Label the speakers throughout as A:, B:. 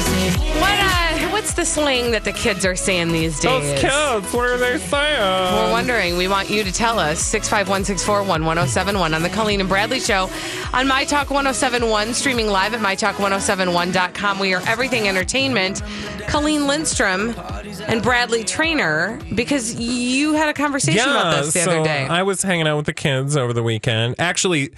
A: What, uh, what's the slang that the kids are saying these days?
B: Those kids, what are they saying?
A: We're wondering. We want you to tell us 651 641 1071 on the Colleen and Bradley Show on My Talk 1071, streaming live at MyTalk1071.com. We are everything entertainment. Colleen Lindstrom and Bradley Trainer, because you had a conversation about this the
B: so
A: other day.
B: I was hanging out with the kids over the weekend. Actually,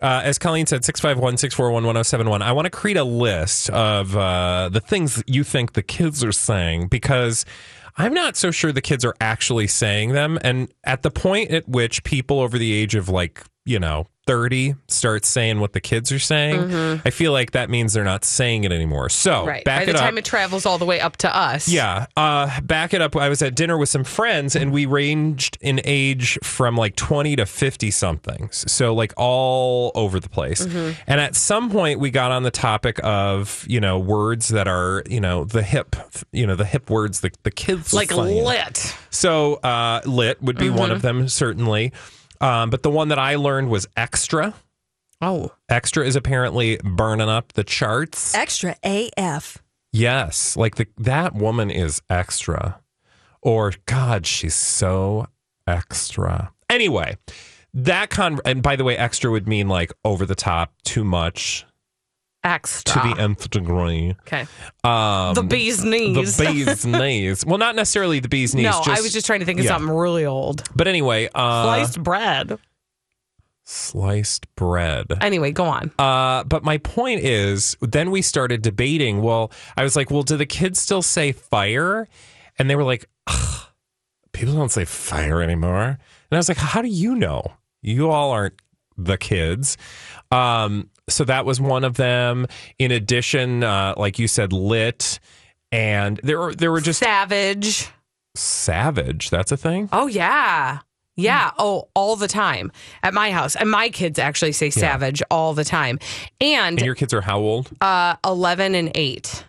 B: uh, as Colleen said, 651 641 1071. I want to create a list of uh, the things that you think the kids are saying because I'm not so sure the kids are actually saying them. And at the point at which people over the age of like, you know, 30 start saying what the kids are saying, I feel like that means they're not saying it anymore. So
A: Mm-hmm. right.
B: back
A: By the
B: it up.
A: time it travels all the way up to us.
B: Yeah. Uh, back it up. I was at dinner with some friends and we ranged in age from like 20 to 50 somethings. So, like, all over the place.
A: Mm-hmm.
B: And at some point, we got on the topic of, you know, words that are, you know, the hip, you know, the hip words that the kids are
A: Like
B: saying.
A: lit. Mm-hmm.
B: So, uh, lit would be one of them, certainly. Um, but the one that I learned was extra.
A: Oh.
B: Extra is apparently burning up the charts.
C: extra AF.
B: Yes, like the that woman is extra. Or god, she's so extra. Anyway, that con and by the way, extra would mean like over the top, too much, to
A: Extra.
B: the nth degree.
A: okay.
B: Um
A: Ah. the bee's knees.
B: The bee's knees. Well, not necessarily the bee's knees.
A: no, I was just trying to think of
B: yeah.
A: something really old.
B: But anyway, uh,
A: Sliced bread.
B: sliced bread.
A: Anyway, go on.
B: Uh, but my point is, then we started debating. Well, I was like, well, do the kids still say fire? And they were like, "Ugh, people don't say fire anymore. And I was like, how do you know? You all aren't the kids. Um, so that was one of them. In addition, uh, like you said, lit. And there were there were just
A: savage.
B: savage. That's a thing.
A: Oh yeah. Yeah.
B: Hmm.
A: Oh, all the time at my house. And my kids actually say savage all the time. And,
B: And your kids are how old?
A: uh, 11 and 8.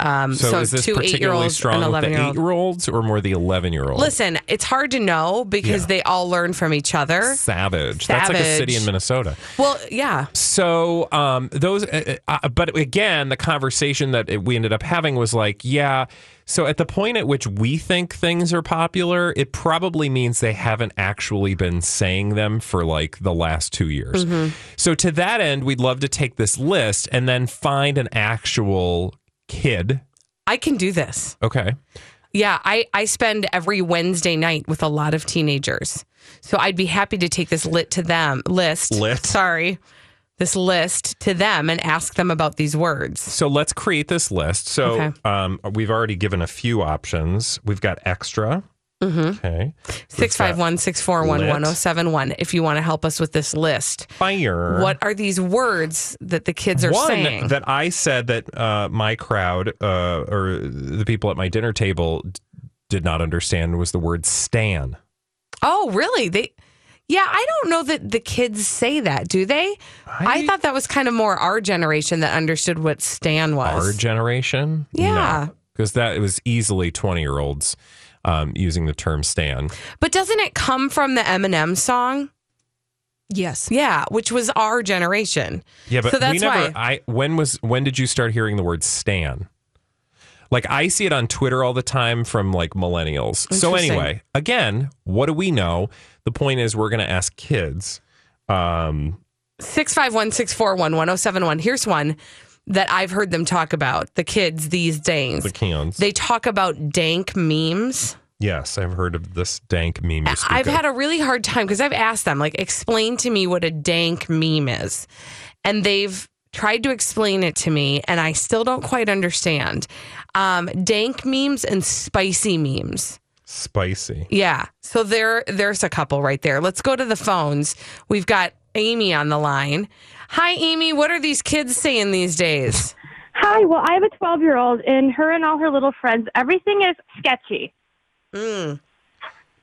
A: Um,
B: so,
A: so,
B: is this
A: two 8 year
B: particularly
A: olds
B: strong
A: and
B: with the
A: 11 year
B: eight
A: olds.
B: year olds or more the eleven year olds?
A: Listen, it's hard to know because
B: Yeah.
A: they all learn from each other.
B: Savage. That's like a city in
A: Savage.
B: Minnesota.
A: Well, yeah.
B: So um, those, uh, uh, uh, but again, the conversation that it- we ended up having was like, yeah. So at the point at which we think things are popular, it probably means they haven't actually been saying them for like the last two years.
A: Mm-hmm.
B: So to that end, we'd love to take this list and then find an actual kid.
A: I can do this.
B: Okay.
A: Yeah, I, I spend every Wednesday night with a lot of teenagers. So I'd be happy to take this lit to them list.
B: Lit?
A: Sorry. This list to them and ask them about these words.
B: So let's create this list. So
A: Okay.
B: um, we've already given a few options. We've got extra.
A: Mm-hmm.
B: Okay.
A: Six five one six four one one zero seven one. If you want to help us with this list,
B: Fire.
A: what are these words that the kids are
B: one
A: saying?
B: that I said that uh, my crowd uh, or the people at my dinner table d- did not understand was the word stan.
A: oh, really? They. Yeah, I don't know that the kids say that, do they? I,
B: I-
A: thought that was kind of more our generation that understood what Stan was.
B: Our generation,
A: Yeah.
B: because that it was easily twenty year olds um, using the term stan.
A: But doesn't it come from the Eminem song?
C: Yes.
A: Yeah, which was our generation.
B: Yeah, but
A: so that's
B: we
A: why.
B: never. I when was when did you start hearing the word stan? Like I see it on Twitter all the time from like millennials. So
A: Interesting.
B: anyway, again, what do we know? The point is, we're going to ask kids. Um,
A: Six five one six four one one zero seven one. Here's one that I've heard them talk about. The kids these days.
B: the cans.
A: They talk about dank memes.
B: Yes, I've heard of this dank meme. You speak
A: I've
B: of.
A: had a really hard time because I've asked them, like, explain to me what a dank meme is. And they've tried to explain it to me, and I still don't quite understand. Um, dank memes and spicy memes.
B: Spicy.
A: Yeah. So there, there's a couple right there. Let's go to the phones. We've got Amy on the line. Hi, Amy. What are these kids saying these days?
D: Hi, well, I have a 12 year old, and her and all her little friends, everything is sketchy.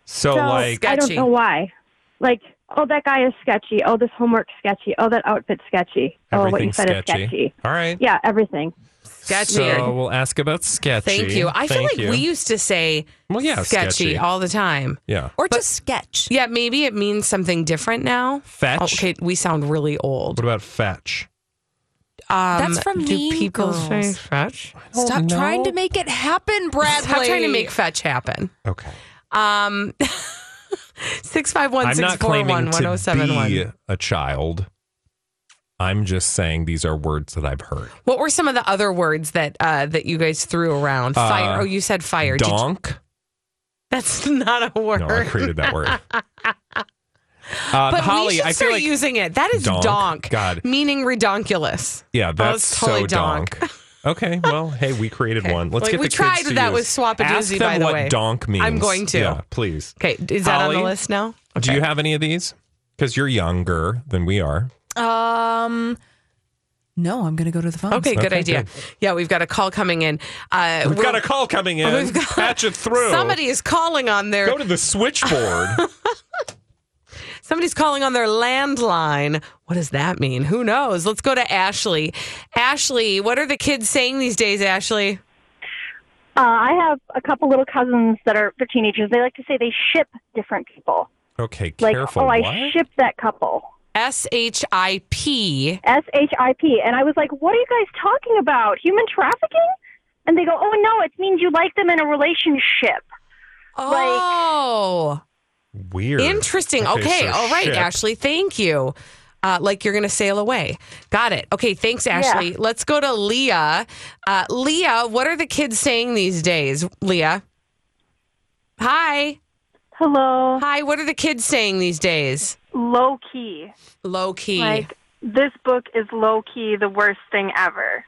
B: So, Oh, like,
D: I don't
A: Sketchy.
D: know why. Like, oh, that guy is sketchy. Oh, this homework's sketchy. Oh, that outfit's sketchy. Oh, what you
B: everything's
D: said
B: sketchy.
D: is sketchy.
B: All right.
D: Yeah, everything.
A: Sketchy.
B: So we'll ask about sketchy.
A: Thank you. I feel
B: Thank
A: like
B: you.
A: we used to say
B: Well, yeah,
A: sketchy,
B: sketchy.
A: all the time.
B: Yeah.
C: Or to sketch.
A: Yeah, maybe it means something different now. Oh,
B: Fetch.
A: Okay, we sound really old.
B: What about fetch?
A: Um,
C: That's from
A: do
C: Mean
A: people say
C: Girls.
A: fetch?
C: Stop
B: no.
C: trying to make it happen, Bradley.
A: Stop trying to make fetch happen.
B: Okay.
A: Um, six five one
B: I'm
A: six
B: not
A: four one
B: claiming
A: one zero
B: to
A: seven one.
B: be a child. I'm just saying these are words that I've heard.
A: What were some of the other words that uh, that you guys threw around? Fire.
B: Uh,
A: oh, you said fire. Did you-
B: Donk.
A: that's not a word.
B: No, I created that word. Uh,
A: but
B: Holly,
A: we should
B: I feel
A: start
B: like
A: using it. That is
B: Donk.
A: donk.
B: God.
A: Meaning redonkulous.
B: yeah, that's
A: Oh, it's totally
B: so donk. Okay, well, hey, we created one. Let's
A: Like,
B: get
A: we
B: the kids
A: tried
B: to
A: that
B: use.
A: with Swap a
B: Ask
A: Doozy,
B: them
A: by the
B: what
A: way.
B: donk means.
A: I'm going to.
B: Yeah, please.
A: Okay, is that on
B: Holly?
A: the list now?
B: Do you have any of these? Because you're younger than we are.
C: Um, no, I'm going to go to the phone.
A: Okay, good
B: Okay,
A: idea.
B: good.
A: Yeah, we've got a call coming in. Uh,
B: We've
A: we're-
B: got a call coming in.
A: We've got-
B: Patch it through.
A: Somebody is calling on their
B: Go to the switchboard.
A: somebody's calling on their landline. What does that mean? Who knows? Let's go to Ashley. Ashley, what are the kids saying these days, Ashley?
D: Uh, I have a couple little cousins that are they're teenagers. They like to say they ship different people.
B: okay,
D: Like,
B: careful.
D: oh, I
B: what?
D: ship that couple.
A: S H I P.
D: S H I P. And I was like, what are you guys talking about? Human trafficking? And they go, oh, no, it means you like them in a relationship.
A: Oh,
B: Weird.
A: interesting. Okay,
B: so
A: all right,
B: ship.
A: Ashley. Thank you. Uh, like you're going to sail away. Got it. Okay, thanks, Ashley. Let's go to Leah. Uh, Leah, what are the kids saying these days, Leah? Hi.
D: Hello.
A: Hi, what are the kids saying these days?
E: low key.
A: Low key.
E: Like this book is low key the worst thing ever.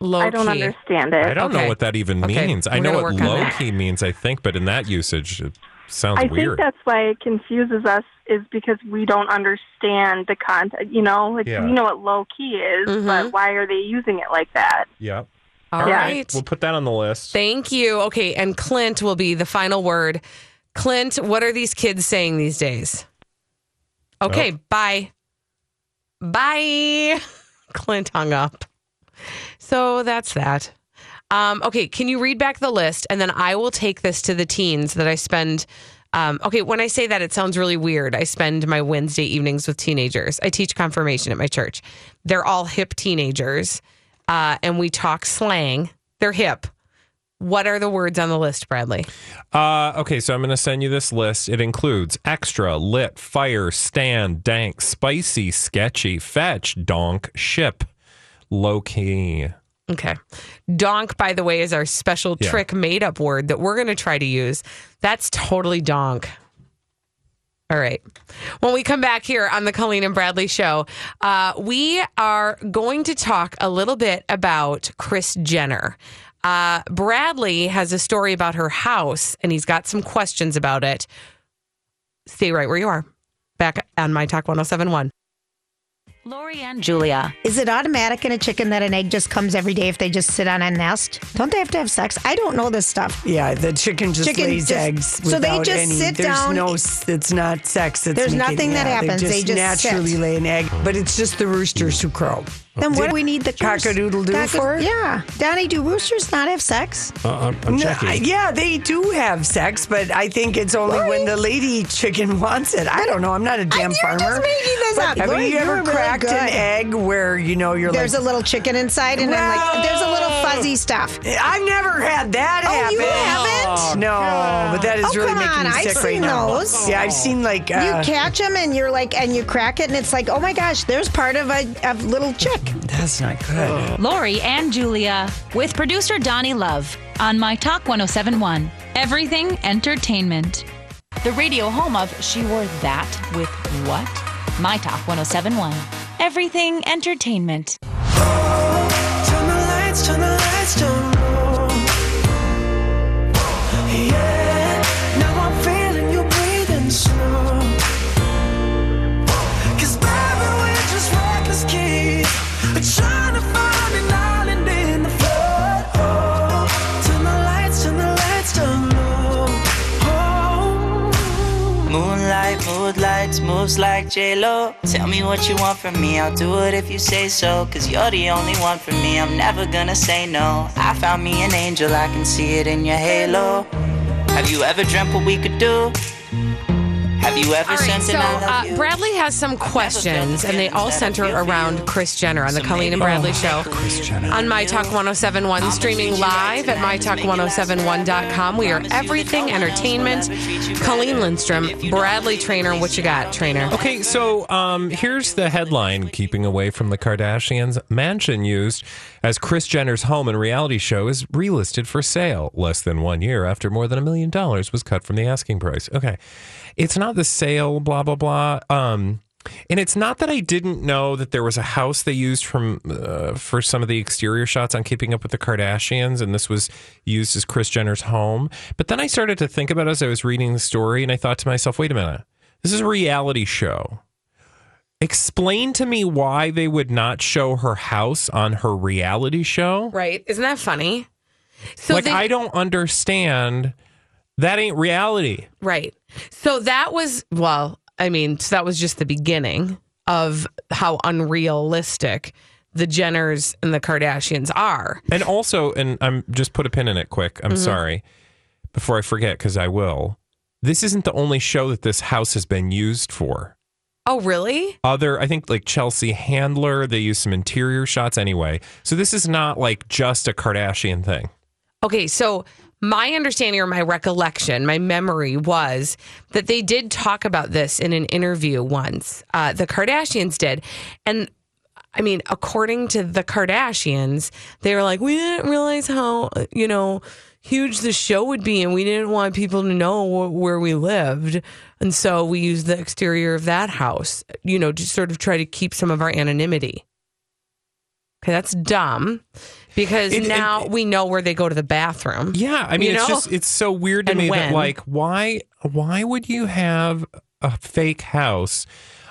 A: low
E: I don't
A: key.
E: understand
B: I
E: it.
B: don't know
A: Okay.
B: what that even
A: Okay,
B: means. I
A: we're
B: know
A: gonna
B: what
A: work on
B: low
A: that.
B: key means, I think, but in that usage, it sounds
E: I
B: weird.
E: think that's why it confuses us is because we don't understand the content. You know, like
B: Yeah.
E: we know what low key is, but why are they using it like that?
B: yeah.
A: All
E: Yeah.
A: right.
B: We'll put that on the list.
A: Thank you. Okay, and Clint will be the final word. Clint, what are these kids saying these days? Okay, bye. Bye. Clint hung up. So that's that. Um, okay, can you read back the list and then I will take this to the teens that I spend. Um, okay, when I say that, it sounds really weird. I spend my Wednesday evenings with teenagers. I teach confirmation at my church. They're all hip teenagers uh, and we talk slang. They're hip. What are the words on the list, Bradley?
B: Uh, okay, so I'm going to send you this list. It includes extra, lit, fire, stand, dank, spicy, sketchy, fetch, donk, ship, low key.
A: Okay. Donk, by the way, is our special
B: Yeah.
A: trick made up word that we're going to try to use. That's totally donk. All right. When we come back here on the Colleen and Bradley show, uh, we are going to talk a little bit about Chris Jenner. Uh, Bradley has a story about her house and he's got some questions about it. Stay right where you are. Back on My Talk 1071.
F: Lori and Julia.
G: Is it automatic in a chicken that an egg just comes every day if they just sit on a nest? Don't they have to have sex? I don't know this stuff.
H: Yeah, the chicken just
G: Chicken
H: lays
G: just-
H: eggs.
G: so they
H: without
G: just
H: any-
G: sit
H: there's
G: down-
H: No, s- it's not sex. It's
G: There's
H: making-
G: nothing that
H: yeah,
G: happens,
H: They
G: they
H: just,
G: just sit.
H: naturally lay an egg, but it's just the roosters who crow.
G: Then what do we need the
H: Cock-a-doodle-doo
G: Cock-
H: for?
G: Yeah. Donnie, do roosters not have sex?
H: No, I- yeah, they do have sex, but I think it's only when the lady chicken wants it. I don't know. I'm not a damn
G: you're
H: farmer.
G: just making this
H: But
G: up.
H: Have
G: Lori,
H: you
G: you're
H: ever
G: really
H: cracked an
G: good.
H: egg where you know you're
G: There's a
H: like?
G: little chicken inside, and I'm like, there's a little fuzzy stuff.
H: i I've never had that
G: Oh,
H: happen.
G: you haven't?
H: No, but that is
G: Oh,
H: really
G: come
H: making
G: on.
H: me
G: I've
H: sick right
G: seen
H: now.
G: those.
H: Yeah, I've seen like uh,
G: you catch them, and you're like, and you crack it, and it's like, oh my gosh, there's part of a, a little chick.
H: That's not good.
F: Lori and Julia with producer Donnie Love on My Talk 1071. Everything Entertainment. oh The radio home of She Wore That with What? My Talk 1071. Everything Entertainment.
I: Turn the lights, turn the lights down low. Yeah, now I'm feeling you breathing slow. 'Cause baby, we're just reckless kids, trying to find an island in the flood. Oh, turn the lights, turn the lights down low. Oh,
J: Moonlight, mood lights, moves like J-Lo. Tell me what you want from me, I'll do it if you say so. Cause you're the only one for me, I'm never gonna say no. I found me an angel, I can see it in your halo. Have you ever dreamt what we could do? Have you ever
A: All right,
J: sent
A: so
J: an I love
A: uh,
J: you?
A: Bradley has some questions, and they all center around Chris Jenner on the Colleen and Bradley show
J: Oh.
A: on My Talk 1071, streaming live at MyTalk1071.com. We are everything entertainment. Colleen Lindstrom, Bradley Trainer. What you got, Trainer?
B: Okay, so um, here's the headline Keeping Away from the Kardashians Mansion used as Chris Jenner's home and reality show is relisted for sale less than one year after more than a million dollars was cut from the asking price. Okay. It's not the sale, blah, blah, blah. Um, and it's not that I didn't know that there was a house they used from uh, for some of the exterior shots on Keeping Up with the Kardashians, and this was used as Chris Jenner's home. But then I started to think about it as I was reading the story, and I thought to myself, wait a minute, this is a reality show. Explain to me why they would not show her house on her reality show.
A: Right? Isn't that funny? So
B: like
A: they-
B: I don't understand. That ain't reality.
A: Right. So that was, well, I mean, so that was just the beginning of how unrealistic the Jenners and the Kardashians are.
B: And also, and I'm just put a pin in it quick. I'm
A: Mhm.
B: sorry before I forget because I will. This isn't the only show that this house has been used for.
A: Oh, really?
B: Other, I think like Chelsea Handler, they use some interior shots anyway. So this is not like just a Kardashian thing.
A: Okay, so my understanding or my recollection, my memory was that they did talk about this in an interview once. Uh, the Kardashians did. And I mean, according to the Kardashians, they were like, we didn't realize how, you know, huge the show would be, and we didn't want people to know wh- where we lived. And so we used the exterior of that house, you know, to sort of try to keep some of our anonymity. Okay, that's dumb because
B: It- it-
A: now we know where they go to the bathroom.
B: Yeah, I mean,
A: You
B: it's
A: know?
B: just it's so weird to
A: And
B: me
A: when.
B: that like why why would you have a fake house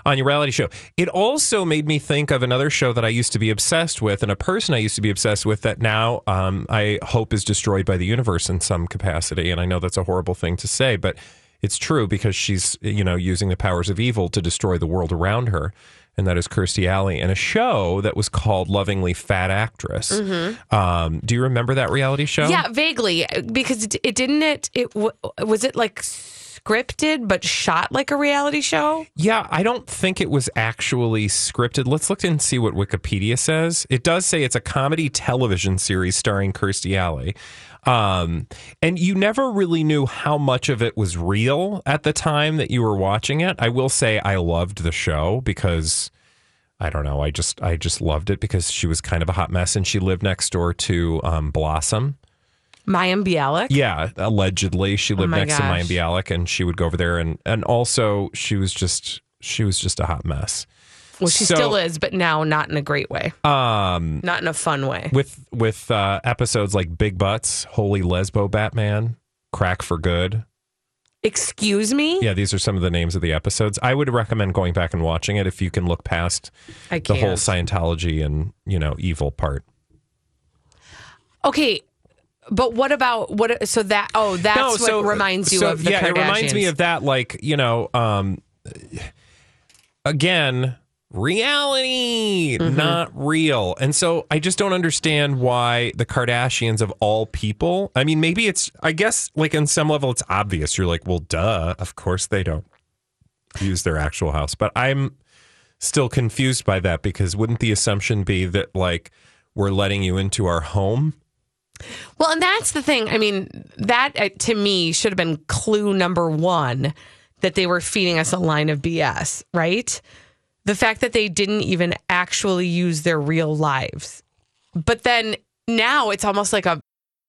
B: on your reality show? It also made me think of another show that I used to be obsessed with and a person I used to be obsessed with that now um, I hope is destroyed by the universe in some capacity. And I know that's a horrible thing to say, but it's true because she's you know using the powers of evil to destroy the world around her. And that is Kirstie Alley in a show that was called Lovingly Fat Actress.
A: Mhm.
B: Um, do you remember that reality show?
A: Yeah, vaguely because it, it didn't it it w- was it like scripted but shot like a reality show.
B: Yeah, I don't think it was actually scripted. Let's look and see what Wikipedia says. It does say it's a comedy television series starring Kirstie Alley. Um, and you never really knew how much of it was real at the time that you were watching it. I will say I loved the show because I don't know. I just I just loved it because she was kind of a hot mess and she lived next door to um, Blossom.
A: Mayim Bialik.
B: Yeah, allegedly she lived
A: Oh my
B: next to Mayim
A: gosh.
B: Bialik, and she would go over there, and and also she was just she was just a hot mess.
A: Well, she
B: So,
A: still is, but now not in a great way,
B: Um,
A: not in a fun way.
B: with with uh, episodes like Big Butts, Holy Lesbo Batman, Crack for Good.
A: Excuse me.
B: Yeah, these are some of the names of the episodes. I would recommend going back and watching it if you can look past
A: I
B: the whole
A: can't.
B: Scientology and you know evil part.
A: Okay, but what about what? So that oh, that's what reminds you
B: so,
A: of the
B: yeah, it reminds me
A: Kardashians.
B: of that. Like you know, um, again, reality,
A: Mm-hmm.
B: not real. And so I just don't understand why the Kardashians of all people. I mean, maybe it's. I guess like on some level, it's obvious. You're like, well, duh. Of course they don't use their actual house, but I'm still confused by that because wouldn't the assumption be that like we're letting you into our home?
A: Well, and that's the thing. I mean, that uh, to me should have been clue number one that they were feeding us a line of BS, right? The fact that they didn't even actually use their real lives. But then now it's almost like a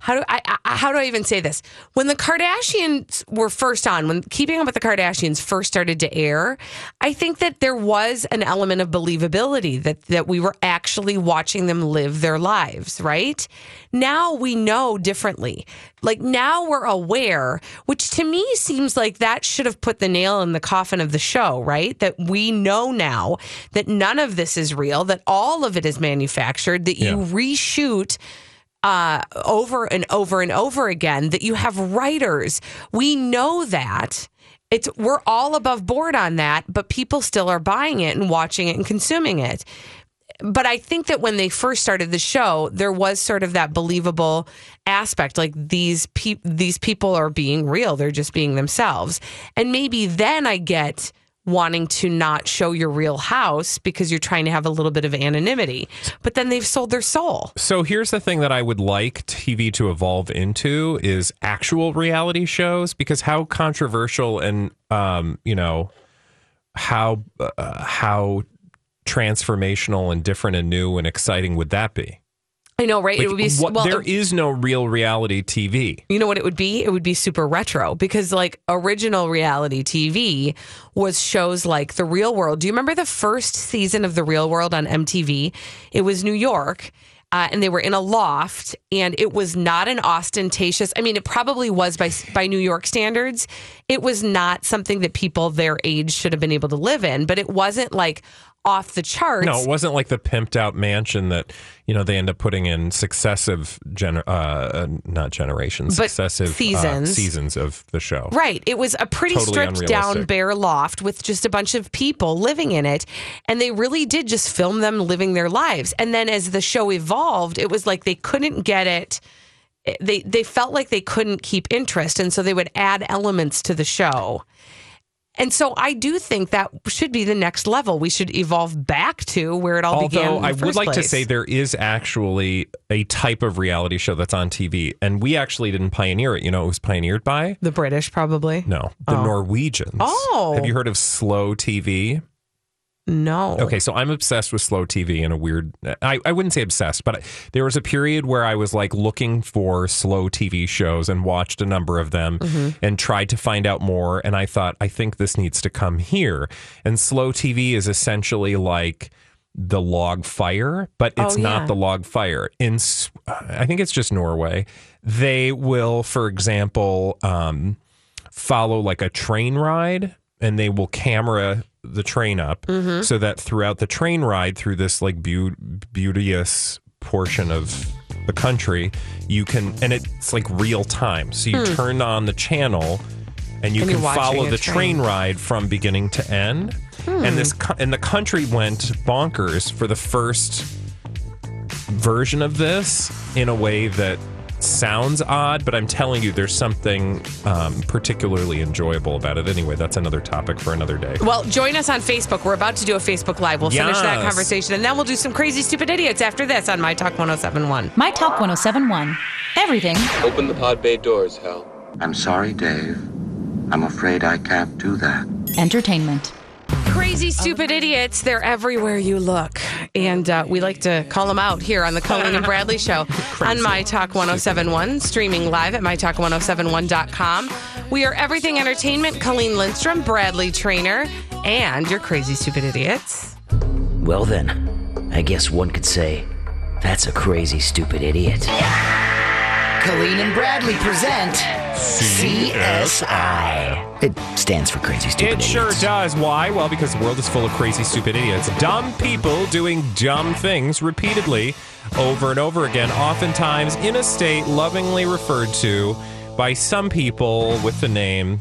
A: how do I, I how do I even say this? When the Kardashians were first on, when Keeping Up with the Kardashians first started to air, I think that there was an element of believability that that we were actually watching them live their lives, right? Now we know differently. Like now we're aware, which to me seems like that should have put the nail in the coffin of the show, right? That we know now that none of this is real, that all of it is manufactured, that you
K: Yeah.
A: reshoot uh, over and over and over again that you have writers. We know that. It's we're all above board on that, but people still are buying it and watching it and consuming it. But I think that when they first started the show, there was sort of that believable aspect, like these peop these people are being real; they're just being themselves. And maybe then I get wanting to not show your real house because you're trying to have a little bit of anonymity. But then they've sold their soul.
B: So here's the thing that I would like TV to evolve into is actual reality shows because how controversial and um, you know how uh, how transformational and different and new and exciting would that be?
A: I know, right?
B: Like,
A: it would be
B: what-
A: well.
B: there
A: it-
B: is no real reality TV.
A: you know what it would be? It would be super retro because like original reality TV was shows like The Real World. Do you remember the first season of The Real World on MTV? It was New York. Uh, and they were in a loft, and it was not an ostentatious. I mean, it probably was by by New York standards. It was not something that people their age should have been able to live in, but it wasn't like off the charts.
B: No, it wasn't like the pimped out mansion that you know they end up putting in successive gener- uh, uh, not generations,
A: But
B: successive uh,
A: seasons.
B: seasons of the show.
A: Right. It was a pretty
B: Totally
A: stripped down
B: unrealistic.
A: bare loft with just a bunch of people living in it. And they really did just film them living their lives. And then as the show evolved, it was like they couldn't get it. They they felt like they couldn't keep interest. And so they would add elements to the show. And so I do think that should be the next level. We should evolve back to where it all began.
B: Although
A: in the
B: I would
A: first
B: like to
A: place.
B: say there is actually a type of reality show that's on TV, and we actually didn't pioneer it. You know, it was pioneered by
A: the British, probably.
B: No, the
A: Oh.
B: Norwegians.
A: Oh.
B: have you heard of slow TV?
A: No.
L: Oh.
B: Okay, so I'm obsessed with slow TV in a weird. I, I wouldn't say obsessed, but I, there was a period where I was like looking for slow TV shows and watched a number of them
L: Mhm.
B: and tried to find out more. And I thought, I think this needs to come here. And slow TV is essentially like the log fire, but it's
L: Oh, yeah.
B: not the log fire. In S- I think it's just Norway. They will, for example. Um, follow like a train ride and they will camera the train up
L: Mhm.
B: so that throughout the train ride through this like beau- beauteous portion of the country you can and it's like real time so you
L: Hmm.
B: turn on the channel and you
L: And
B: can
L: you're watching
B: follow
L: a
B: the
L: train.
B: train ride from beginning to end
L: Hmm.
B: and this co- and the country went bonkers for the first version of this in a way that sounds odd, but I'm telling you, there's something um, particularly enjoyable about it. Anyway, that's another topic for another day.
A: Well, join us on Facebook. We're about to do a Facebook Live. We'll finish that
B: Yes.
A: conversation and then we'll do some crazy, stupid idiots after this on My Talk 1071.
F: My Talk 1071. Everything.
M: Open the pod bay doors, Hal. I'm sorry, Dave. I'm afraid I can't do that.
F: Entertainment.
A: Crazy, stupid idiots. They're everywhere you look. And uh, we like to call them out here on the Colleen and Bradley Show on My Talk 1071, streaming live at MyTalk1071.com. We are Everything Entertainment, Colleen Lindstrom, Bradley Trainer, and your crazy, stupid idiots.
N: Well, then, I guess one could say that's a crazy, stupid idiot.
K: Colleen and Bradley present CSI. It stands for Crazy Stupid
B: It sure does. Why? Well, because the world is full of crazy, stupid idiots. Dumb people doing dumb things repeatedly over and over again, oftentimes in a state lovingly referred to by some people with the name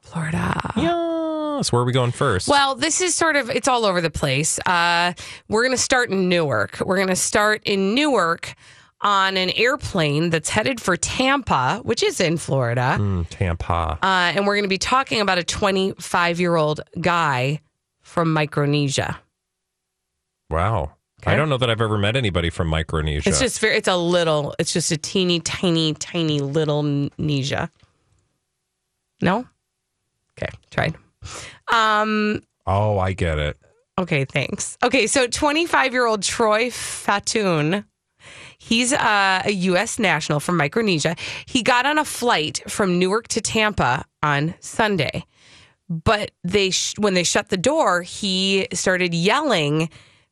A: Florida.
B: Yes. Where are we going first?
A: Ah. Well, this is sort of it's all over the place. Uh, we're going to start in Newark. We're going to start in Newark on an airplane that's headed for Tampa, which is in Florida.
B: Mm, Tampa.
A: Uh, and we're going to be talking about a 25 year old guy from Micronesia.
B: Wow. I don't know that I've ever met anybody from Micronesia.
A: It's just very, it's a little, it's just a teeny, tiny, tiny little Nesia. No? Okay, tried. Um,
B: Oh, I get it.
A: Okay, thanks. Okay, so 25 year old Troy Fatoun, he's uh, a U.S. national from Micronesia. He got on a flight from Newark to Tampa on Sunday, but they sh- when they shut the door, he started yelling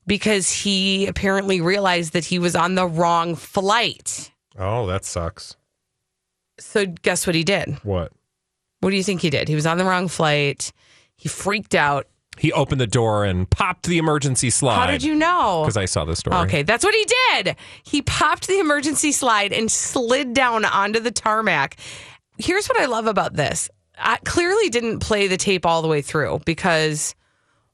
A: because he apparently realized that he was on the wrong flight.
B: Oh, that sucks.
A: So guess what he did?
B: What?
A: What do you think he did? He was on the wrong flight. He freaked out.
B: He opened the door and popped the emergency slide.
A: How did you know?
B: Because I saw the story.
A: Okay, that's what he did. He popped the emergency slide and slid down onto the tarmac. Here's what I love about this. I clearly didn't play the tape all the way through because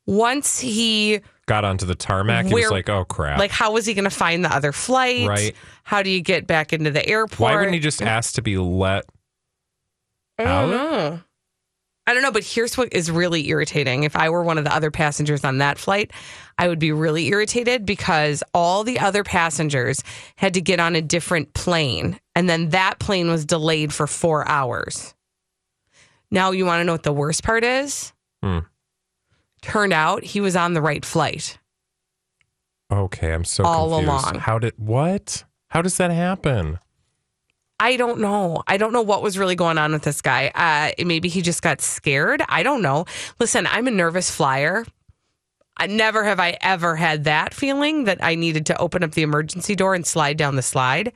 A: once he
B: Got onto the tarmac. He
A: Where-
B: was like, oh, crap.
A: like how was he going to find the other flight?
B: Right.
A: How do you get back into the airport?
B: Why wouldn't he just ask to be let?
A: I don't know. I don't know, but here's what is really irritating. If I were one of the other passengers on that flight, I would be really irritated because all the other passengers had to get on a different plane. And then that plane was delayed for four hours. Now, you want to know what the worst part is?
B: Hmm.
A: Turned out he was on the right flight.
B: Okay, I'm so
A: All
B: confused.
A: along.
B: How did what? How does that happen?
A: I don't know. I don't know what was really going on with this guy. Uh, maybe he just got scared. I don't know. Listen, I'm a nervous flyer. I never have I ever had that feeling that I needed to open up the emergency door and slide down the slide.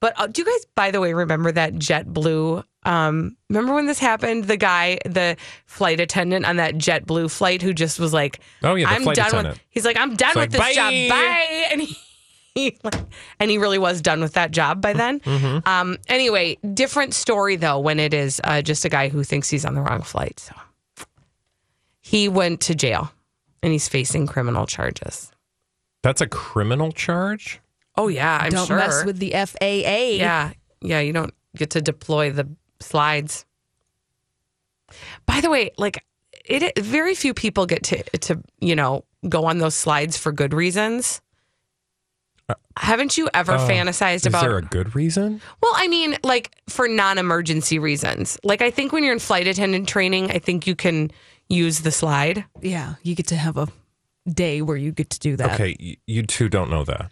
A: But uh, do you guys, by the way, remember that JetBlue? Um, remember when this happened? The guy, the flight attendant on that JetBlue flight, who just was like,
B: Oh, yeah, the
A: I'm
B: flight
A: done
B: attendant.
A: with." He's like, "I'm done
B: It's
A: with this
B: like, "Bye."
A: job. Bye." And he, he like- and he really was done with that job by then.
B: Mhm.
A: Um, anyway, different story though when it is uh, just a guy who thinks he's on the wrong flight. So he went to jail and he's facing criminal charges.
B: That's a criminal charge?
A: Oh yeah, I'm
C: Don't
A: sure.
C: mess with the FAA.
A: Yeah, yeah. You don't get to deploy the slides. By the way, like it, it- very few people get to to you know go on those slides for good reasons. Haven't you ever
B: Oh,
A: fantasized
B: Uh, is
A: about?
B: there a good reason?
A: well, I mean, like for non-emergency reasons. Like I think when you're in flight attendant training, I think you can use the slide.
C: Yeah, you get to have a day where you get to do that.
B: Okay, y- you two don't know that.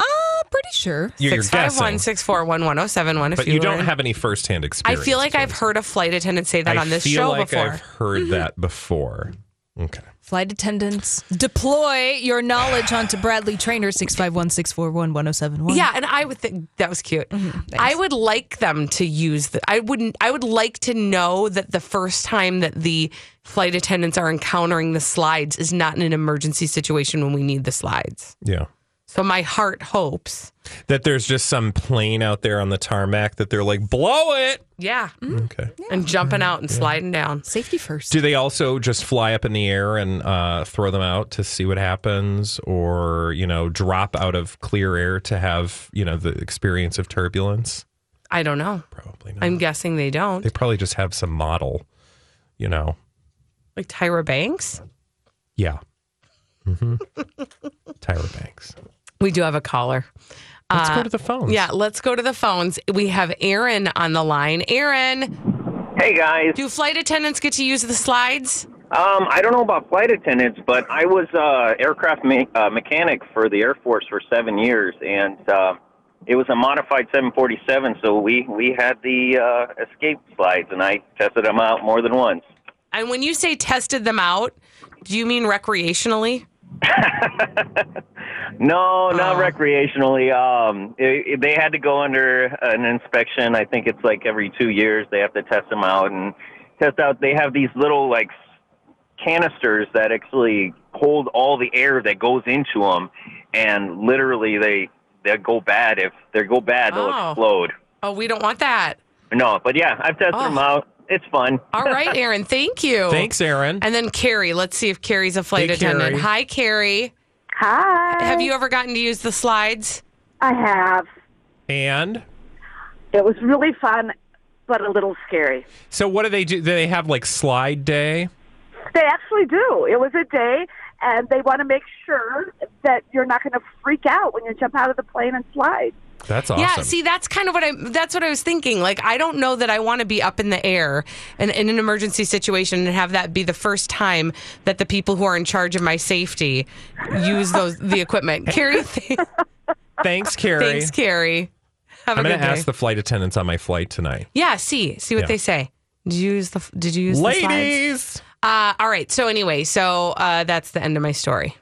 C: Uh, pretty sure.
B: You- You're
A: Six five one
B: guessing.
A: six four one one zero seven one. If
B: But you
A: were
B: don't
A: in-
B: have any firsthand
A: I
B: experience.
A: feel like I've heard a flight attendant say that
B: I
A: on this
B: feel
A: show
B: like
A: before. Mm-hmm.
B: I've heard that before. Okay.
C: Flight attendants, deploy your knowledge onto Bradley Trainer six five one six four one one zero seven one.
A: Yeah, and I would think that was cute. I would like them to use the. I wouldn't. I would like to know that the first time that the flight attendants are encountering the slides is not in an emergency situation when we need the slides.
B: Yeah.
A: So my heart hopes.
B: That there's just some plane out there on the tarmac that they're like, blow it.
A: Yeah.
B: Okay.
A: And jumping out and sliding down.
C: Safety first.
B: Do they also just fly up in the air and uh, throw them out to see what happens, or you know, drop out of clear air to have you know the experience of turbulence?
A: I don't know.
B: Probably
A: not. I'm guessing they don't.
B: They probably just have some model, you know.
A: Like Tyra Banks.
B: Yeah. hmm Tyra Banks.
A: We do have a caller.
B: Let's go to the phones.
A: Uh, Yeah, let's go to the phones. We have Aaron on the line. Aaron.
L: Hey guys.
A: Do flight attendants get to use the slides?
L: Um, I don't know about flight attendants, but I was uh, aircraft me- uh, mechanic for the Air Force for seven years, and uh, it was a modified 747. So we we had the uh, escape slides, and I tested them out more than once.
A: And when you say tested them out, do you mean recreationally?
L: No, not recreationally. Um, it, it- they had to go under an inspection. I think it's like every two years they have to test them out and test out. They have these little like canisters that actually hold all the air that goes into them, and literally they they go bad. If they go bad, they'll
A: Oh.
L: explode.
A: Oh, we don't want that.
L: No, but yeah, I've tested them out. It's fun.
A: All right, Aaron. Thank you.
B: Thanks, Aaron.
A: And then Carrie. Let's see if Carrie's a flight
B: Hey,
A: attendant.
B: Carrie.
A: Hi, Carrie.
N: Hi.
A: Have you ever gotten to use the slides?
N: I have.
B: And
N: It was really fun, but a little scary.
B: so, what do they do? Do they have like slide day?
N: They actually do. It was a day, and they want to make sure that you're not going to freak out when you jump out of the plane and slide.
B: That's
A: Yeah, see that's kind of what I that's what I was thinking. Like I don't know that I want to be up in the air and in an emergency situation and have that be the first time that the people who are in charge of my safety use those the equipment. Carrie, th-
B: Thanks, Carrie.
A: thanks Carrie. Have
B: I'm
A: a
B: going
A: good
B: to
A: day.
B: ask the flight attendants on my flight tonight.
A: yeah, see, see what
B: Yeah.
A: they say. Did you use the Did you use the
B: Ladies!
A: slides? Uh, all right. So anyway, so uh, that's the end of my story.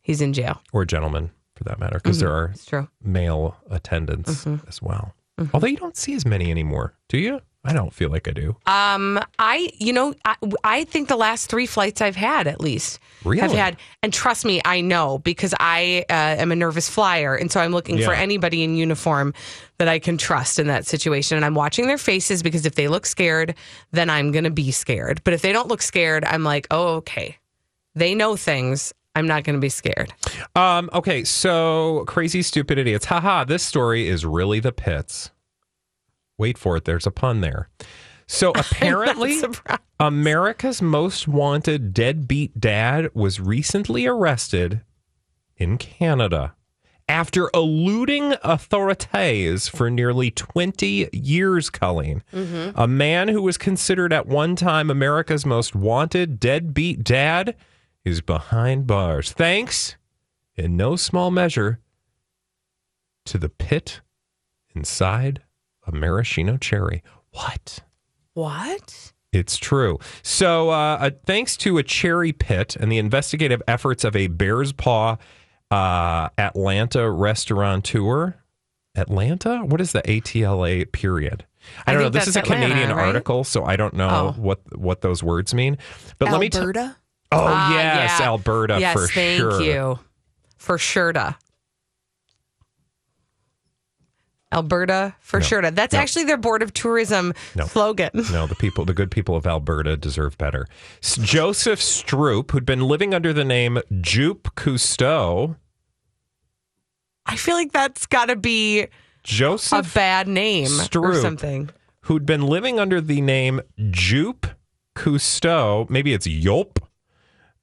A: He's in jail.
B: or gentlemen for that matter, because
A: Mhm. It's
B: there are
A: true.
B: male attendants
A: Mhm.
B: as well. Although you don't see as many anymore, do you? I don't feel like I do.
A: Um, I, you know, I, I think the last three flights I've had, at least, have
B: Really?
A: had. And trust me, I know because I uh, am a nervous flyer, and so I'm looking for
B: Yeah.
A: anybody in uniform that I can trust in that situation. And I'm watching their faces because if they look scared, then I'm gonna be scared. But if they don't look scared, I'm like, oh, okay, they know things. I'm not gonna be scared.
B: Um, okay, so crazy, stupid idiots. Haha, this story is really the pits. Wait for it, there's a pun there. So apparently, America's most wanted deadbeat dad was recently arrested in Canada after eluding authorities for nearly 20 years, Colleen.
I: Mhm.
B: A man who was considered at one time America's most wanted deadbeat dad is behind bars. Thanks, in no small measure, to the pit inside a maraschino cherry. What?
A: What?
B: It's true. So, uh, uh, thanks to a cherry pit and the investigative efforts of a Bears Paw uh, Atlanta restaurateur, Atlanta? What is the ATLA period? I
I: I
B: don't know.
I: think
B: This is a
I: that's Atlanta,
B: Canadian
I: right?
B: article, so I don't know
I: Oh.
B: what what those words mean. But let me tell.
I: Alberta?
B: Oh
A: Ah,
B: yes,
A: yeah.
B: Alberta
A: Yes,
B: for
A: thank
B: sure.
A: you. For sure. to. Alberta for
B: No.
A: sure. to. That's
B: No.
A: actually their Board of Tourism
B: No.
A: slogan.
B: no, the people, the good people of Alberta deserve better. S- Joseph Stroop, who'd been living under the name Jupe Cousteau,
A: I feel like that's got to be
B: Joseph
A: a bad name or
B: Stroop.
A: something.
B: who'd been living under the name Jupe Cousteau, maybe it's Yolp,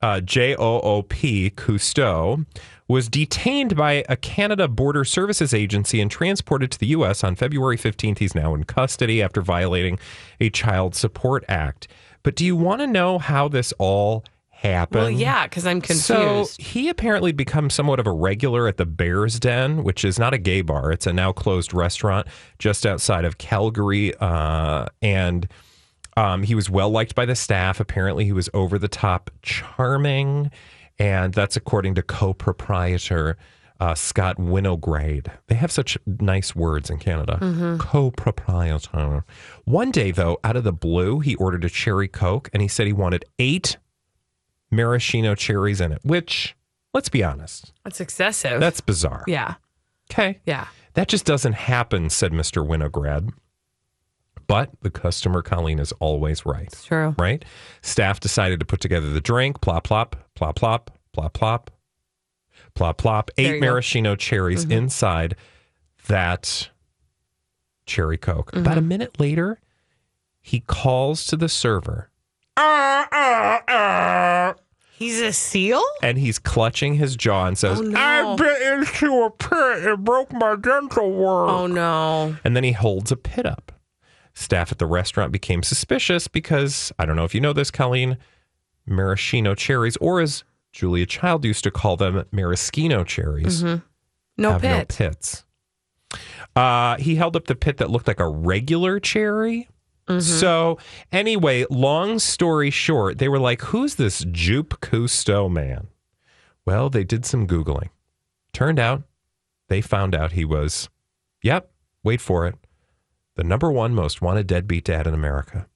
B: uh, J O O P Cousteau, was detained by a Canada Border Services agency and transported to the U.S. on February 15th. He's now in custody after violating a Child Support Act. But do you want to know how this all happened?
A: Well, yeah, because I'm confused.
B: Mm. So he apparently becomes somewhat of a regular at the Bears Den, which is not a gay bar. It's a now closed restaurant just outside of Calgary. Uh, and um, he was well liked by the staff. Apparently, he was over the top charming. And that's according to co proprietor uh, Scott Winograde. They have such nice words in Canada.
A: Mm-hmm.
I: Mhm.
B: Co proprietor. One day, though, out of the blue, he ordered a cherry Coke and he said he wanted eight maraschino cherries in it, which, let's be honest,
A: that's excessive.
B: that's bizarre.
A: yeah.
B: Okay.
A: Yeah.
B: That just doesn't happen, said Mr. Winograd. But the customer, Colleen, is always right.
A: true.
B: Right? Staff decided to put together the drink, plop, plop, plop, plop, plop, plop, plop, plop,
I: There you
B: eight
I: go.
B: maraschino cherries
I: Mhm.
B: inside that cherry Coke.
I: Mm-hmm.
B: About a minute later, he calls to the server
I: Ah,
A: He's a seal?
B: and he's clutching his jaw and says,
I: I bit into a pit and broke my dental work.
A: Oh, no.
B: and then he holds a pit up. Staff at the restaurant became suspicious because I don't know if you know this, Colleen, maraschino cherries, or as Julia Child used to call them, maraschino cherries,
A: Mhm. No
B: have
A: pit.
B: no pits. Uh, he held up the pit that looked like a regular cherry.
A: Mm-hmm.
B: So, anyway, long story short, they were like, "Who's this Jupe Cousteau man?" Well, they did some Googling. Turned out they found out he was, yep, wait for it, the number one most wanted deadbeat dad in America.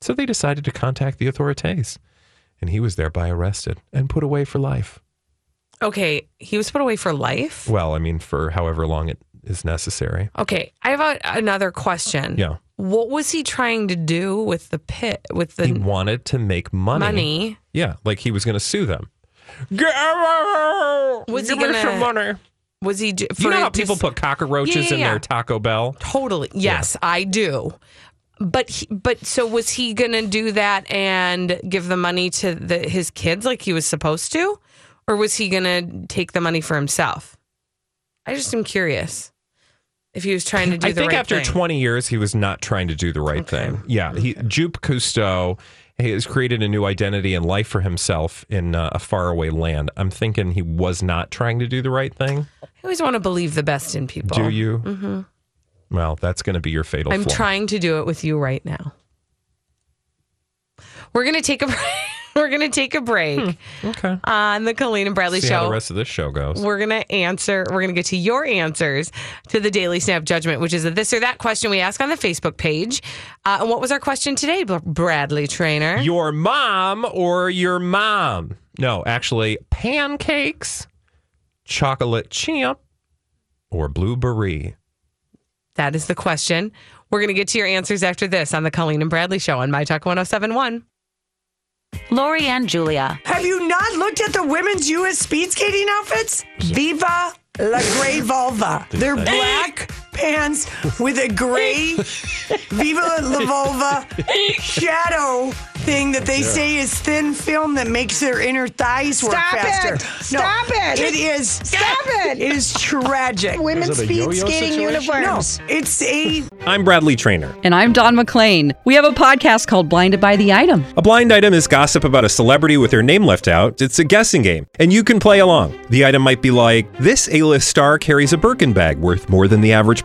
B: So they decided to contact the authorities, and he was thereby arrested and put away for life.
A: Okay, he was put away for life.
B: Well, I mean, for however long it is necessary.
A: Okay, I have a, another question.
B: Yeah.
A: What was he trying to do with the pit? With the
B: he wanted to make money.
A: Money.
B: Yeah, like he was going to sue them.
A: was
B: Give
A: he
B: me
A: gonna,
B: some money.
A: Was he? do- For
B: you know how
A: it to
B: people
A: s-
B: put cockroaches
A: Yeah, yeah,
B: in
A: yeah.
B: their Taco Bell?
A: Totally. Yes, I do. But he, but so was he going to do that and give the money to the, his kids like he was supposed to, or was he going to take the money for himself? I just am curious if he was trying to do
B: I
A: the
B: think
A: right
B: after
A: thing.
B: 20 years, he was not trying to do the right thing. Yeah, he, Jupe Cousteau has created a new identity and life for himself in uh, a faraway land. I'm thinking he was not trying to do the right thing.
A: I always want to believe the best in people.
B: Do you?
A: hmm
B: Well, that's going to be your fatal
A: I'm
B: flaw.
A: trying to do it with you right now. We're gonna take a break. We're gonna take a break.
B: Okay.
A: On the Colleen and Bradley
B: Hmm. See
A: show.
B: how the rest of this show goes.
A: We're going to answer, we're going to get to your answers to the Daily Snap Judgment, which is a this or that question we ask on the Facebook page. Uh, and what was our question today, Br- Bradley Trainer?
B: Your mom or your mom? No, actually, pancakes, chocolate chip, or blueberry.
A: That is the question. We're going to get to your answers after this on the Colleen and Bradley Show on My Talk 1071.
F: Lori and Julia.
H: Have you not looked at the women's U.S. speed skating outfits? Viva la Grey Vulva. They're black pants with a gray Viva la Vulva shadow thing that they say is thin film that makes their inner thighs work
G: Stop it!
H: faster.
G: Stop it!
H: It is. Stop it! It is tragic.
G: Women's Is it a speed yo-yo skating situation? uniforms.
H: No, it's a
B: I'm Bradley Trainer.
O: And I'm Don McClain. We have a podcast called Blinded by the Item.
B: A blind item is gossip about a celebrity with their name left out. It's a guessing game, and you can play along. The item might be like this A list star carries a Birkin bag worth more than the average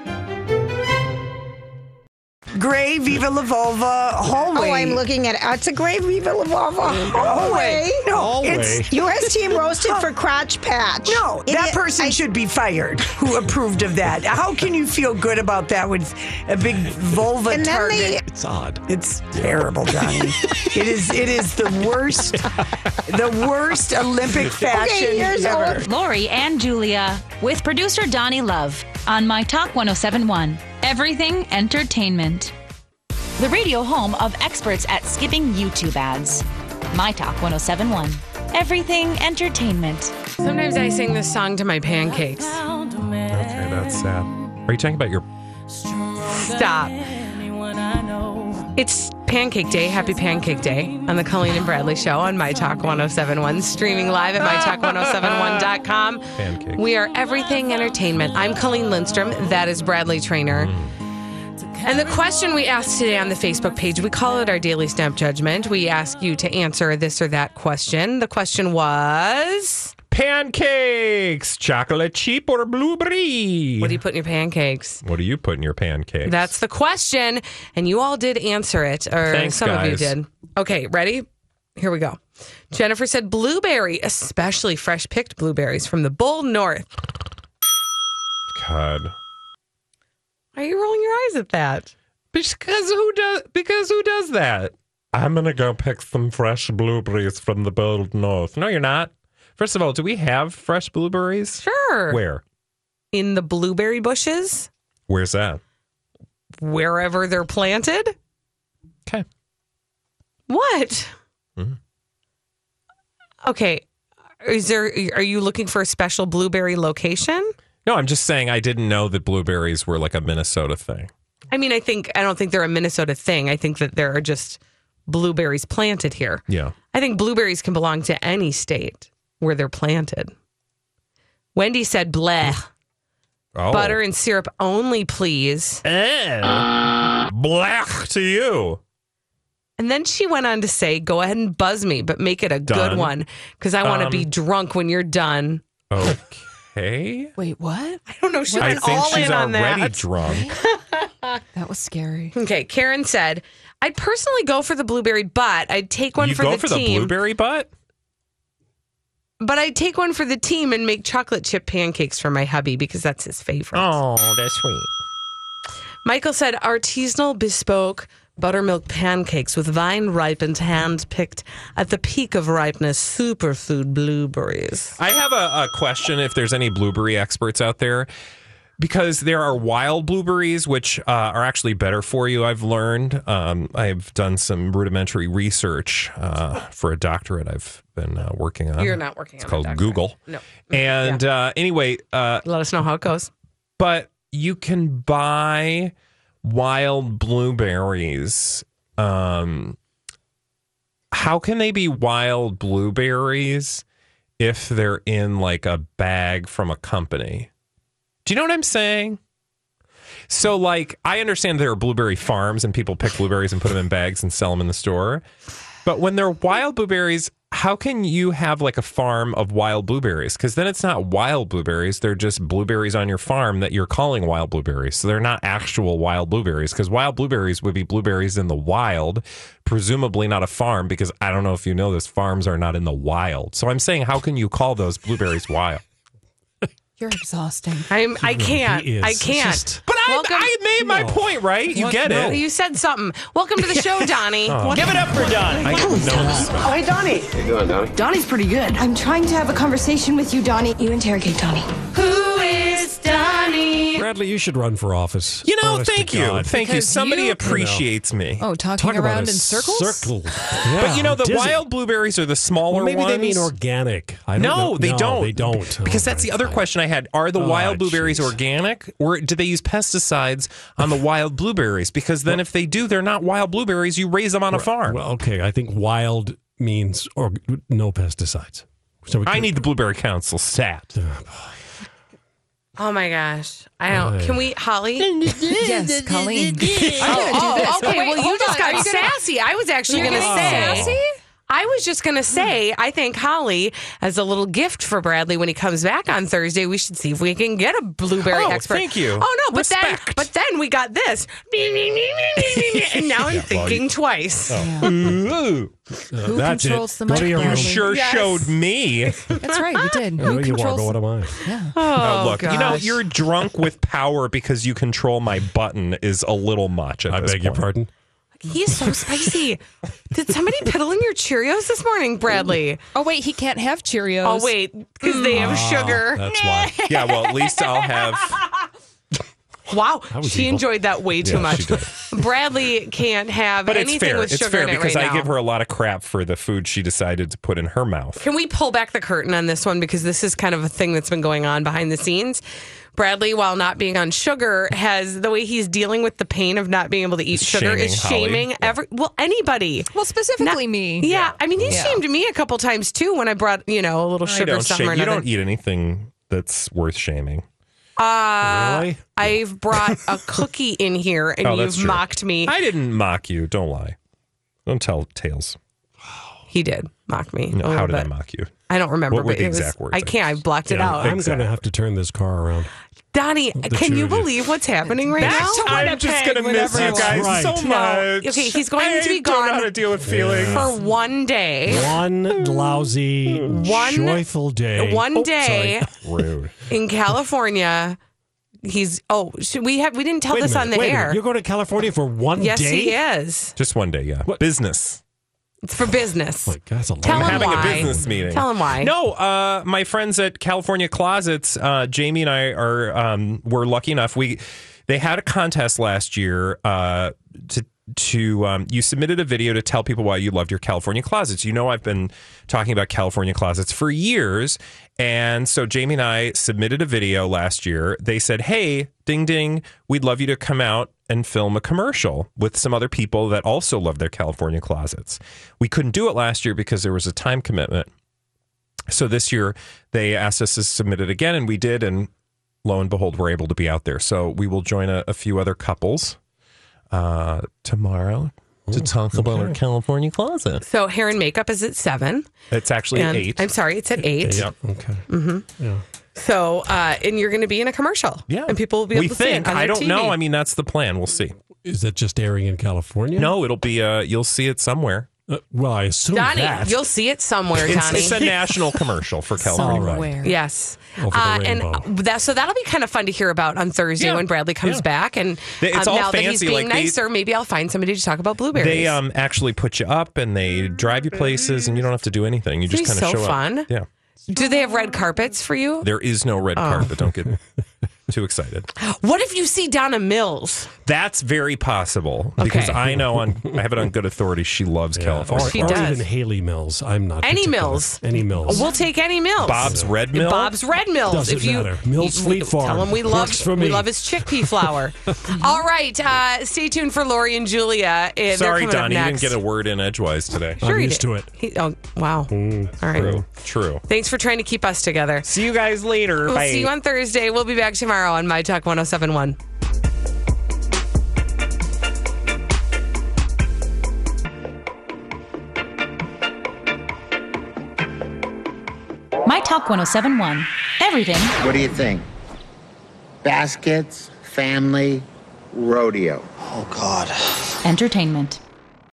H: gray Viva la Vulva hallway.
G: Oh, I'm looking at it. Oh, It's a gray Viva La Volva hallway.
H: No, it's-
G: U.S. team roasted for crotch patch.
H: No,
G: Idiot.
H: that person should be fired who approved of that. How can you feel good about that with a big vulva
G: And then
H: target?
G: they-
B: It's odd.
H: It's terrible, Johnny. it is. It is the worst. The worst Olympic fashion ever.
F: Lori and Julia with producer Donnie Love on My Talk 1071. Everything Entertainment. The radio home of experts at skipping YouTube ads. My Talk 1071. Everything Entertainment.
A: Sometimes I sing this song to my pancakes.
B: Okay, that's sad. Are you talking about your.
A: Stop. It's Pancake Day. Happy Pancake Day on the Colleen and Bradley Show on My Talk 1071, streaming live at MyTalk1071.com.
B: Pancakes.
A: We are Everything Entertainment. I'm Colleen Lindstrom. That is Bradley Trainer. And the question we asked today on the Facebook page, we call it our daily snap judgment. We ask you to answer this or that question. The question was
B: Pancakes, chocolate chip, or blueberry?
A: What do you put in your pancakes?
B: What do you put in your pancakes?
A: That's the question. And you all did answer it, or
B: Thanks,
A: some of you
B: guys.
A: did. Okay, ready? Here we go. Jennifer said blueberry, especially fresh picked blueberries from the bull north.
B: God.
A: Why are you rolling your eyes at that?
B: Because who does? Because who does that? I'm gonna go pick some fresh blueberries from the bold north. No, you're not. First of all, do we have fresh blueberries?
A: Sure.
B: Where?
A: In the blueberry bushes,
B: Where's that?
A: wherever they're planted.
B: Okay.
A: What?
B: Mhm.
A: Okay. Is there? Are you looking for a special blueberry location?
B: No, I'm just saying I didn't know that blueberries were like a Minnesota thing.
A: I mean, I think I don't think they're a Minnesota thing. I think that there are just blueberries planted here.
B: Yeah.
A: I think blueberries can belong to any state where they're planted. Wendy said, bleh.
B: Oh.
A: Butter and syrup only, please.
B: Black to you.
A: And then she went on to say, "Go ahead and buzz me, but make it a
B: Done.
A: good one because I want to
B: Um,
A: be drunk when you're done."
B: Okay.
A: Wait, what? I don't know. She
B: I
A: went
B: think
A: all
B: she's
A: in on that.
B: already drunk.
A: That was scary. Okay, Karen said, "I'd personally go for the blueberry butt. I'd take one
B: you
A: for
B: go
A: the
B: for the
A: team,
B: blueberry butt?
A: but I'd take one for the team and make chocolate chip pancakes for my hubby because that's his favorite."
B: Oh, that's sweet.
A: Michael said, "Artisanal bespoke buttermilk pancakes with vine ripened, hand picked at the peak of ripeness, superfood blueberries."
B: I have a, a question if there's any blueberry experts out there. Because there are wild blueberries, which uh, are actually better for you, I've learned. Um, I've done some rudimentary research uh, for a doctorate I've been uh, working on.
A: You're not working
B: It's
A: on a
B: called
A: doctorate. Mm.
B: Google.
A: No.
B: And uh, anyway, uh,
A: let us know how it goes.
B: But you can buy wild blueberries. Um, how can they be wild blueberries if they're in like a bag from a company? Do you know what I'm saying? So, like, I understand there are blueberry farms and people pick blueberries and put them in bags and sell them in the store. But when they're wild blueberries, how can you have like a farm of wild blueberries? Because then it's not wild blueberries. They're just blueberries on your farm that you're calling wild blueberries. So they're not actual wild blueberries because wild blueberries would be blueberries in the wild, presumably not a farm because I don't know if you know this, farms are not in the wild. So I'm saying, how can you call those blueberries wild?
C: You're exhausting.
A: I'm. I
B: He
A: can't.
B: is.
A: I
B: It's
A: can't.
B: just- But I- I made my No. point, right? You What? get it. No.
A: You said something. Welcome to the show, Donnie.
B: Oh.
A: Give it up for
B: Donnie. I know this
P: Oh, hey, Donnie.
M: How you doing, Donnie?
P: Donnie's pretty good. I'm trying to have a conversation with you, Donnie. You interrogate Donnie.
A: Who is Donnie?
Q: Bradley, you should run for office.
B: You know,
Q: Honest to
B: thank you.
Q: God.
B: Thank you. Because Somebody you- appreciates me.
C: Oh, talking
Q: Talk about
C: around
Q: a
C: in circles?
Q: Circle.
B: but you know, the
Q: dizzy.
B: wild blueberries are the smaller
Q: Or maybe
B: ones.
Q: they mean organic. I don't
B: no,
Q: know.
B: they
Q: No,
B: don't.
Q: They don't.
B: Because that's the other question I had. Are the
Q: Oh,
B: wild blueberries organic or do they use pesticides on the wild blueberries? Because then if they do, they're not wild blueberries. You raise them on a farm.
Q: Well, okay. I think wild means or no pesticides. So we
B: I
Q: can-
B: need the Blueberry Council stat.
A: Oh my gosh. I don't.
Q: Hi.
A: Can we, Holly? yes,
C: Colleen.
A: oh,
C: do this.
A: oh, okay.
C: Wait,
A: well, you
C: hold
A: just
C: on.
A: got
C: Are you gonna-
A: sassy. I was actually
C: You're
A: going to
C: getting
A: say.
C: sassy? Hmm.
A: I was just going to say, I think Holly, as a little gift for Bradley when he comes back on Thursday, we should see if we can get a blueberry
B: Oh,
A: expert.
B: thank you.
A: Oh, no, but then but then we got this. and now I'm
B: Yeah, well,
A: thinking
B: you- Oh.
A: twice.
B: Ooh.
A: Who that's it. controls the mic,
B: You
A: Bradley?
B: sure
A: Yes.
B: showed me.
C: That's right, we did.
Q: I know you are, but
C: controls-
Q: what am I?
C: Yeah.
B: Oh, look, you know,
C: gosh.
B: you're drunk with power because you control my button is a little much. I beg your
Q: pardon.
A: He is so spicy. Did somebody piddle in your Cheerios this morning, Bradley?
C: Oh, wait, he can't have Cheerios.
A: Oh, wait, because they have
B: Oh,
A: sugar.
B: That's why. Yeah, well, at least I'll have.
A: Wow,
B: That was
A: she
B: evil.
A: enjoyed that way too
B: Yeah,
A: much.
B: she did.
A: Bradley can't have
B: But it's
A: anything
B: fair.
A: with
B: It's
A: sugar
B: fair
A: in it
B: because
A: right
B: I
A: now.
B: give her a lot of crap for the food she decided to put in her mouth.
A: Can we pull back the curtain on this one because this is kind of a thing that's been going on behind the scenes? Bradley, while not being on sugar, has the way he's dealing with the pain of not being able to eat sugar
C: Shaming
A: is
C: Holly.
A: shaming every well anybody.
C: Well, specifically me.
A: Yeah, I mean he
C: Yeah.
A: shamed me a couple times too when I brought you know a little
B: I
A: sugar
B: don't
A: something
B: shame.
A: or
B: You
A: another.
B: don't eat anything that's worth shaming.
A: uh,
B: Really?
A: I've brought a cookie in here and
B: Oh, that's
A: you've
B: true.
A: mocked me.
B: I didn't mock you. Don't lie. Don't tell tales.
A: He did mock me. a
B: No, how
A: little
B: did I
A: bit.
B: mock you?
A: I don't remember.
B: What were
A: but
B: the
A: it was-
B: exact words?
A: I can't. I blocked it
Q: Yeah,
A: out.
Q: I'm going to have to turn this car around.
A: Donnie,
Q: The
A: can
Q: two
A: you
Q: of you.
A: believe what's happening right
Q: Back
A: now?
Q: to I'm just Winnipeg gonna miss whenever you I guys want. so
A: No.
Q: much.
A: Okay, he's going
Q: I
A: to be
Q: don't know
A: gone.
Q: how to deal with feelings.
A: for one day.
Q: One lousy,
A: One-
Q: joyful day.
A: one
Q: Oh,
A: day.
Q: sorry. Rude.
A: in California. He's oh should we have we didn't tell
Q: Wait a
A: this
Q: minute,
A: on the
Q: wait a minute.
A: air.
Q: You're going to California for one
A: Yes,
Q: day?
A: he is.
B: Just one day, yeah. Business.
A: It's for business.
Q: That's a
A: Tell
B: I'm
A: him
B: having
A: why.
B: a business meeting.
A: Tell him why.
B: No, uh, my friends at California Closets, uh, Jamie and I are um, were lucky enough. We they had a contest last year uh, to to um, you submitted a video to tell people why you loved your California closets. You know, I've been talking about California closets for years, and so Jamie and I submitted a video last year. They said, "Hey, ding ding, we'd love you to come out." And film a commercial with some other people that also love their California closets. We couldn't do it last year because there was a time commitment. So this year they asked us to submit it again, and we did. And lo and behold, we're able to be out there. So we will join a, a few other couples uh, tomorrow to talk about our California closet.
A: So hair and makeup is at seven.
B: It's actually
A: And-
B: eight.
A: I'm sorry, it's at eight.
B: Yep. Okay.
A: hmm
B: Yeah.
A: So, uh, and you're going to be in a commercial. Yeah. And people will be able
B: we
A: to
B: think.
A: see it on
B: I
A: their
B: don't
A: TV.
B: know. I mean, that's the plan. We'll see.
Q: Is that just airing in California?
B: No, it'll be. Uh, you'll see it somewhere.
Q: well, I assume
A: Donnie, you'll see it somewhere,
B: It's,
A: Donnie.
B: it's a national commercial for California.
A: Yes.
B: Over the
A: Uh,
B: rainbow.
A: and that, so that'll be kind of fun to hear about on Thursday when Bradley comes
B: yeah.
A: back. And um,
B: They- it's all
A: now that he's
B: fancy,
A: being
B: like they-
A: nicer, maybe I'll find somebody to talk about blueberries.
B: They um actually put you up and they drive you places and you don't have to do anything. You just
A: That'd
B: kind
A: be so
B: of show
A: fun.
B: up. Yeah.
A: Do they have red carpets for you?
B: There is no red
A: Oh.
B: carpet. Don't get too excited.
A: What if you see Donna Mills?
B: That's very possible because
A: Okay.
B: I know on I have it on good authority. She loves California.
A: Or- She or does. even
B: Haley Mills. I'm not
A: Any particular. Mills.
B: Any
A: We'll take any Mills.
B: Bob's Red Mill?
A: Bob's Red Mills.
B: Doesn't
A: if you
B: matter. Mills
A: you-
B: Fleet Farm.
A: Tell him we love
B: Works for
A: we
B: me.
A: love his chickpea flour. All right, uh, stay tuned for Lori and Julia. Uh, they're
B: Sorry,
A: coming up
B: Donnie, you didn't
A: next.
B: get a word in edgewise today.
A: Sure you did. He- oh, wow. All right.
B: True. True.
A: Thanks for trying to keep us together. See
B: you guys later.
A: We'll
B: Bye.
A: see you on Thursday. We'll be back tomorrow on My Talk 1071.
F: My Talk 1071. Everything
K: What do you think? Baskets, family, rodeo. Oh, God.
F: entertainment.